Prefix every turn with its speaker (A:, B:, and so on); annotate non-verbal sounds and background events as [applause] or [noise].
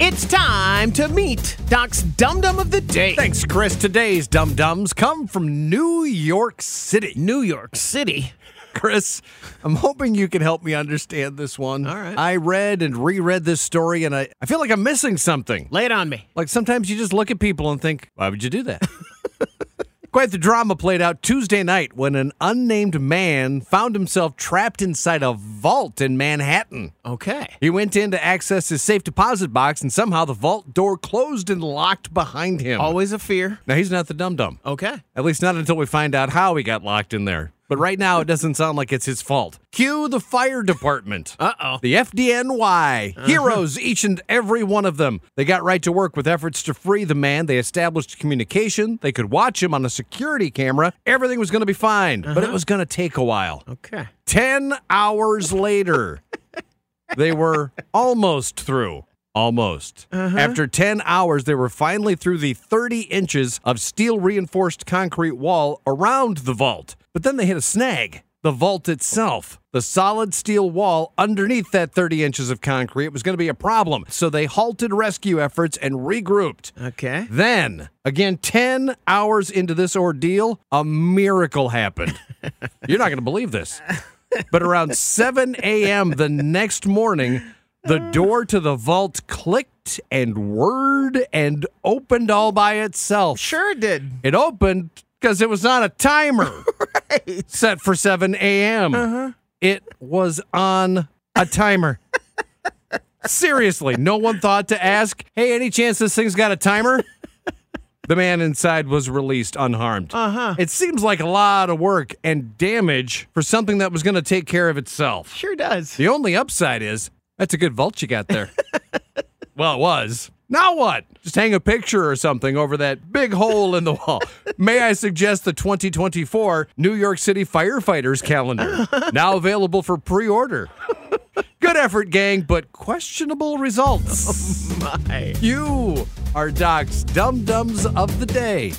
A: It's time to meet Doc's Dum Dum of the Day.
B: Thanks, Chris. Today's Dum Dums come from New York City.
A: New York City.
B: Chris, I'm hoping you can help me understand this one.
A: All right.
B: I read and reread this story, and I, I feel like I'm missing something.
A: Lay it on me.
B: Like sometimes you just look at people and think, why would you do that? [laughs] Quite the drama played out Tuesday night when an unnamed man found himself trapped inside a vault in Manhattan.
A: Okay.
B: He went in to access his safe deposit box, and somehow the vault door closed and locked behind him.
A: Always a fear.
B: Now, he's not the dum dum.
A: Okay.
B: At least not until we find out how he got locked in there. But right now, it doesn't sound like it's his fault. Cue the fire department.
A: Uh oh.
B: The FDNY, heroes, each and every one of them. They got right to work with efforts to free the man. They established communication. They could watch him on a security camera. Everything was going to be fine, but it was going to take a while.
A: Okay.
B: 10 hours later, they were almost through. Almost. After 10 hours, they were finally through the 30 inches of steel reinforced concrete wall around the vault. But then they hit a snag the vault itself. The solid steel wall underneath that 30 inches of concrete was going to be a problem. So they halted rescue efforts and regrouped.
A: Okay.
B: Then, again, 10 hours into this ordeal, a miracle happened. You're not going to believe this. But around 7 a.m. the next morning, the door to the vault clicked and whirred and opened all by itself.
A: Sure did.
B: Mm-hmm. It opened because it was on a timer set for 7 a.m. It was on a timer. Seriously, no one thought to ask, hey, any chance this thing's got a timer? The man inside was released unharmed. Uh-huh. It seems like a lot of work and damage for something that was going to take care of itself.
A: Sure does.
B: The only upside is that's a good vault you got there. well, it was. Now what? Just hang a picture or something over that big hole in the wall. May I suggest the 2024 New York City Firefighters calendar, now available for pre order. Good effort, gang, but questionable results.
A: My.
B: You are Doc's Dum Dums of the Day.